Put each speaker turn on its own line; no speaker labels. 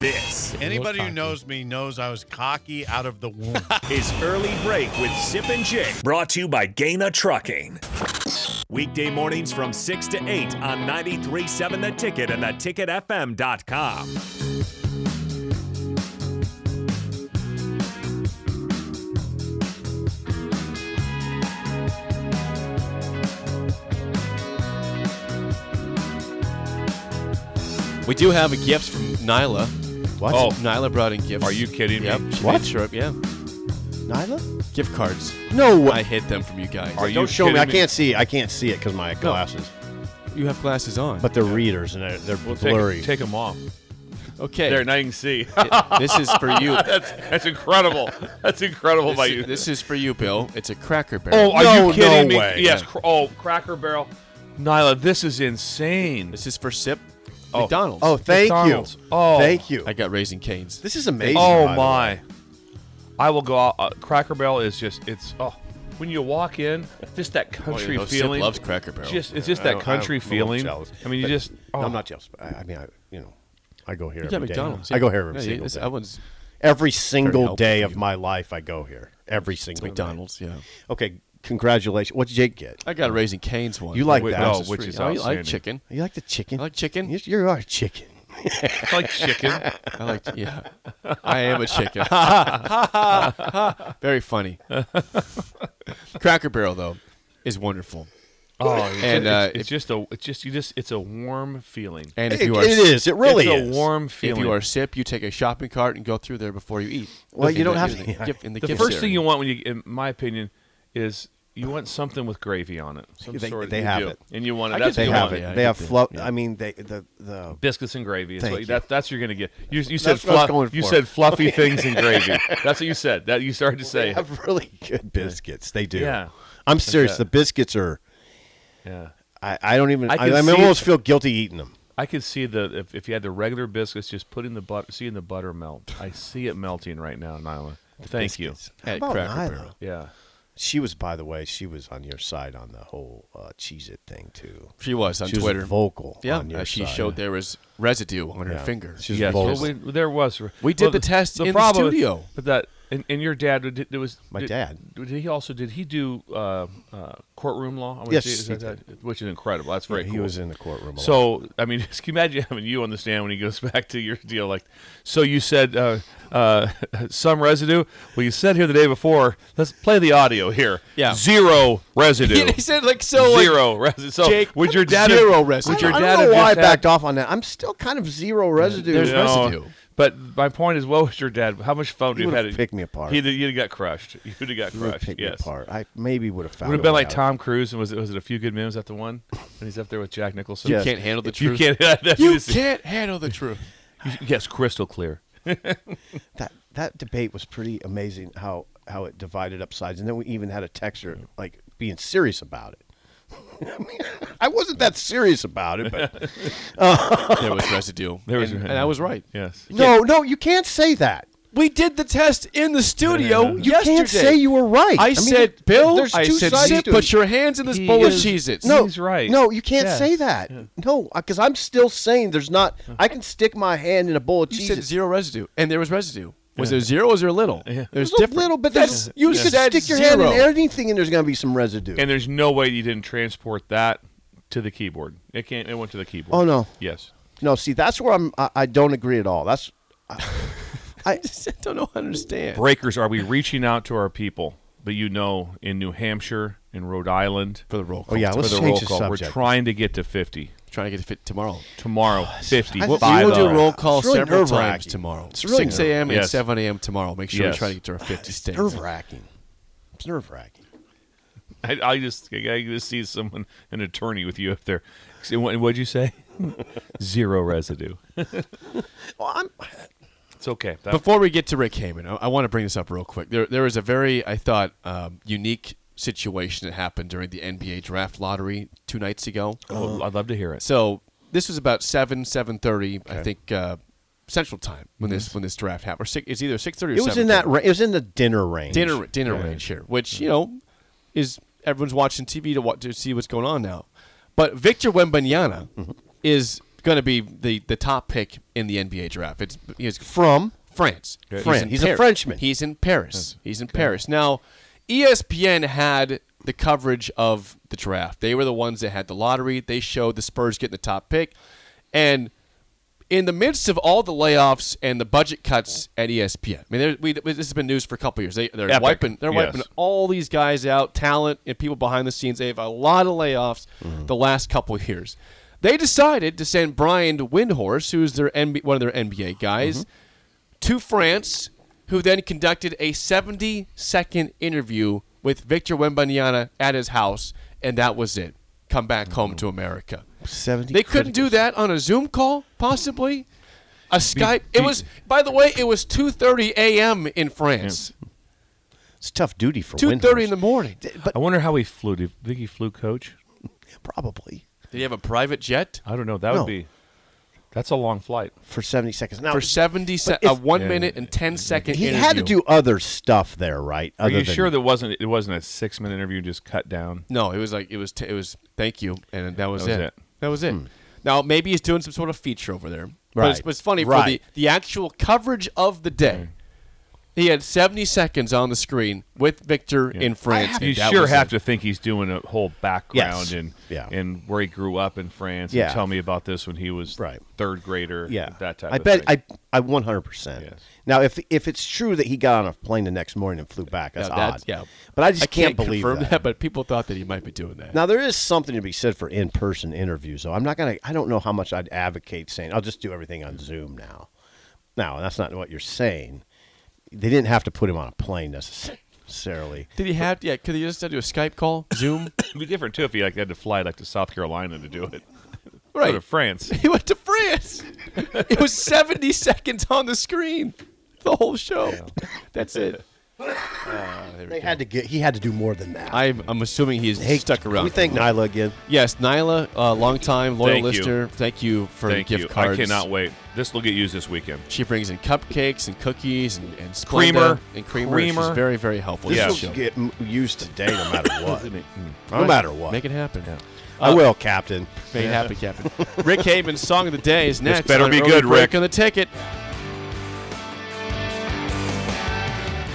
this.
Anybody who knows me knows I was cocky out of the womb.
His early break with Zip and Jake.
Brought to you by Gaina Trucking.
Weekday mornings from 6 to 8 on 93.7 The Ticket and theticketfm.com.
We do have a gift from Nyla.
What?
Oh, Nyla brought in gifts.
Are you kidding me?
Yep. She
What?
made Sure. Yeah.
Nyla?
Gift cards.
No way.
I hid them from you guys.
Are you
Don't show me.
kidding
I can't see. I can't see it because my glasses.
You have glasses on.
But they're readers and they're, they're
Well, take,
blurry.
take them off.
okay.
There, now you can see.
this is for you.
that's that's incredible. That's incredible by
This
you.
is, this is for you, Bill. It's a Cracker
oh,
Barrel.
are
No,
you kidding
no
me?
way.
Yes. Cr- oh, Cracker Barrel. Nyla, this is insane.
This is for Sip McDonald's.
oh, thank
McDonald's.
you.
Oh.
thank you.
I got Raising Canes.
this is amazing. by
Oh
the way.
my! I will go out. Uh, Cracker Barrel is just—it's oh, when you walk in, just that
Oh, you
country
know,
feeling.
Sip loves Cracker Barrel.
Just it's just
I
that
don't-
country
I'm a little
feeling.
jealous,
I mean, you
but-
just
No,
oh,
I'm not jealous. but I, I mean, I, you know, I go here.
you got
every day.
McDonald's.
I
yeah.
go here every
Yeah,
single
it's-
day.
I was
every single
helpful
day
for
of
you.
my life, I go here. Every single day.
McDonald's. Yeah.
Okay, congratulations. What did Jake get?
I got a Raising Canes one.
You like
Which
that.
is
Oh, which
free.
is
I like
outstanding.
chicken.
You like the chicken?
I like chicken.
You, you are a chicken.
it's like chicken.
I like. Yeah. I am a chicken. Ha, ha, ha, ha. Very funny. Cracker Barrel though is wonderful.
Oh, it's
And,
just,
uh,
it's,
if-
it's just a it's just you just it's a warm feeling.
And if
It-
you are
it is. It really
it's a
is.
warm
If
feeling.
you are sip, you take a shopping cart and go through there before you eat.
Well,
Look
you
in
don't
the-
have
in
to-
The, gift- in the,
the
gift
first thing
area.
you want when you, in my opinion, is you want something with gravy on it. Some
They-
sort of-
they
you
have
do.
it.
and you want it.
I
That's
guess
They
what you
have
want.
it.
yeah,
they
I
have
get the-
fluff. I mean, they the the.
biscuits and gravy. Is
Thank
what,
you.
That, that's what you're gonna get. You, you said
That's what I was
fluff-
going
you
for.
said fluffy things and gravy. That's what you said. That you started to
They
say.
have really good biscuits. They do.
Yeah.
I'm serious.
that.
The biscuits are.
Yeah,
I, I don't even. I,
I
I,
can
mean,
see-
almost feel guilty eating them.
I could see the if, if you had the regular biscuits, just putting the butter, seeing the butter melt. I see it melting right now, Nyla. Thank
How
At
about
Cracker
Nyla?
Barrel.
you. Yeah,
She was, by the way, she was on your side on the whole uh, Cheez It thing too.
She was on
she
Twitter.
was vocal.
yeah,
on your
uh, she
side.
showed there was residue on her
Yeah.
finger.
She was
yes, well,
vocal.
we, there was.
We did
well,
the test in the
problem with-
studio.
but that and, and your dad did, there was
My
did-
dad.
Did he also did he do uh, uh, courtroom law? I wanna
Yes,
see, is
he
that- which is incredible. That's very
he
cool.
was in the courtroom. a lot.
So I mean, just can you imagine having you on the stand when he goes back to your deal? Like, so you said uh, uh, some residue. Well, you said here the day before. Let's play the audio here.
Yeah.
zero residue.
he said like so. like,
zero residue. So
Jake,
would your dad
zero
have,
residue.
Would your
I
dad
don't know
have
why I
just had-
backed off on that. I'm still kind of zero residue.
There's
you know,
residue.
But my point is, what was your dad? How much fun do you
would've
have had?
picked me apart.
He'd, you'd have got crushed. You'd have
would have
got crushed.
picked me
yes.
apart. I maybe would have found.
Would have
a
been
way
like
out.
Tom Cruise and was it was it a few good men? Is that the one? And he's up there with Jack Nicholson.
You can't handle the
If
truth.
You can't.
You can't handle the truth.
Yes, crystal clear.
That that debate was pretty amazing. How how it divided up sides, and then we even had a texter like being serious about it. I mean, I wasn't that serious about it, but
There was residue.
There was-
and, and I was right.
Yes.
no, no, you can't say that.
We did the test in the studio
You
You
yesterday.
can't say you were right.
I,
mean,
said, Bill.
there's
I
two
said,
sides
Zip,
to it.
put your hands in this
He
bowl
is-
of Cheez-Its.
No,
He's right.
No, you can't
Yeah.
say that. No, because I'm still saying there's not. I can stick my hand in a bowl of
You
cheese.
said zero residue, and there was residue. Was there zero or was there little? There's,
there's a
different.
little bit.
That's-
There's,
you
you could
said
stick your
zero.
hand in anything, and there's going to be some residue.
And there's no way you didn't transport that to the keyboard. It can't. It went to the keyboard.
Oh, no.
Yes.
no, see, that's where I'm. I, I don't agree at all. That's
I just don't know. how to understand.
Breakers, are we reaching out to our people? But you know, in New Hampshire, in Rhode Island,
for the roll
Oh, yeah,
call.
for
let's
the
change
roll
the
call, we're
subject.
trying to get to 50
trying to get it fit tomorrow.
tomorrow. 50.
I-
We'll,
Five
we will do
hours.
a roll call
It's really
several
nerve-wracking.
times tomorrow.
It's really
6 a.m. and
Yes.
7 a.m. tomorrow. Make sure
Yes.
we try to get to our 50 states.
nerve wracking. It's nerve wracking.
I, I just, I, I just see someone, an attorney with you up there. Say, What, what'd you say? Zero residue.
Well, I'm,
It's okay. That-
Before we get to Rick Heyman, I, I want to bring this up real quick. There, there was a very, I thought, um, unique situation that happened during the NBA draft lottery two nights ago.
oh, I'd love to hear it.
So this was about seven, seven thirty, I think, uh, Central Time when this when this draft happened. Or six, it's either six thirty or
Mm-hmm. it was in
7:30.
that. Ra- it was in the dinner range. Mm-hmm.
dinner dinner range here, which you know is
Mm-hmm.
everyone's watching TV to wa- to see what's going on now. But Victor Wembanyama is going to be the, the top pick in the NBA draft. It's he's
From
France. in
France. He's a
Paris.
Frenchman.
He's in Paris. He's in Paris. Now, E ESPN had the coverage of the draft. They were the ones that had the lottery. They showed the Spurs getting the top pick. And in the midst of all the layoffs and the budget cuts at E ESPN, I mean, there- we, this has been news for a couple years. They, they're
Epic.
wiping, they're
Yes.
wiping all these guys out, talent and people behind the scenes. They have a lot of layoffs
Mm-hmm.
the last couple of years. They decided to send Brian Windhorse, who's their NB, one of their NBA guys,
Mm-hmm.
to France, who then conducted a 70 second interview with Victor Wembanyama at his house, and that was it. Come back home to America.
70
They couldn't do that on a Zoom call, possibly. A Skype. It was, by the way, it was 2:30 a.m. in France.
it's tough duty for
2:30 in the morning. Did
I wonder how he flew. Did Vicky flew coach?
probably
he have a private jet
I don't know. That
No.
would be. That's a long flight.
for 70 seconds. Now
for 70 se-
if-
a one minute and 10 second?
he
interview.
had to do other stuff there, right?
Are
other
you
than-
sure that wasn't it wasn't a six minute interview just cut down?
No, it was like it was t- it was thank you, and that was,
That was
it.
it.
That was it. Now maybe he's doing some sort of feature over there. But
Right.
it's, but it's funny for the
Right.
the actual coverage of the day. He had 70 seconds on the screen with Victor in France. and
You
that
sure
was
have
it.
to think he's doing a whole background
Yes.
and
Yeah.
and where he grew up in France.
Yeah.
And tell me about this when he was
Right.
third grader.
yeah,
that type.
I
of
bet
thing.
I I 100. percent
Yes.
Now, if if it's true that he got on a plane the next morning and flew back, that's
Now
odd.
that- yeah.
but I just
I can't,
believe
confirm that. but people thought that he might be doing that.
Now there is something to be said for in-person interviews, though. I'm not gonna. I don't know how much I'd advocate saying I'll just do everything on Zoom now. Now that's not what you're saying. They didn't have to put him on a plane necessarily.
Did he have? Yeah, could he just do a Skype call, Zoom?
It'd be different too if he like had to fly like to South Carolina to do it. Go to
right.
France.
He went to France. it was 70 seconds on the screen, the whole show. That's it.
They had to get. He had to do more than that.
I'm, I'm assuming he's stuck around.
We thank Nyla again.
Yes, Nyla, uh, longtime loyal
Thank you.
listener. Thank you for
Thank
the
you.
gift cards.
I cannot wait. This will get used this weekend.
She brings in cupcakes and cookies and, and Splenda
Creamer.
and creamer.
Creamer.
She's very very helpful.
This
Yeah.
to the
will
show.
get m- used today, no matter what. no matter what,
Make it happen.
I will, Captain.
Make it happen, Captain. Rick Haven's song of the day is next.
better
on
be
Early
good,
Break
Rick.
On the ticket.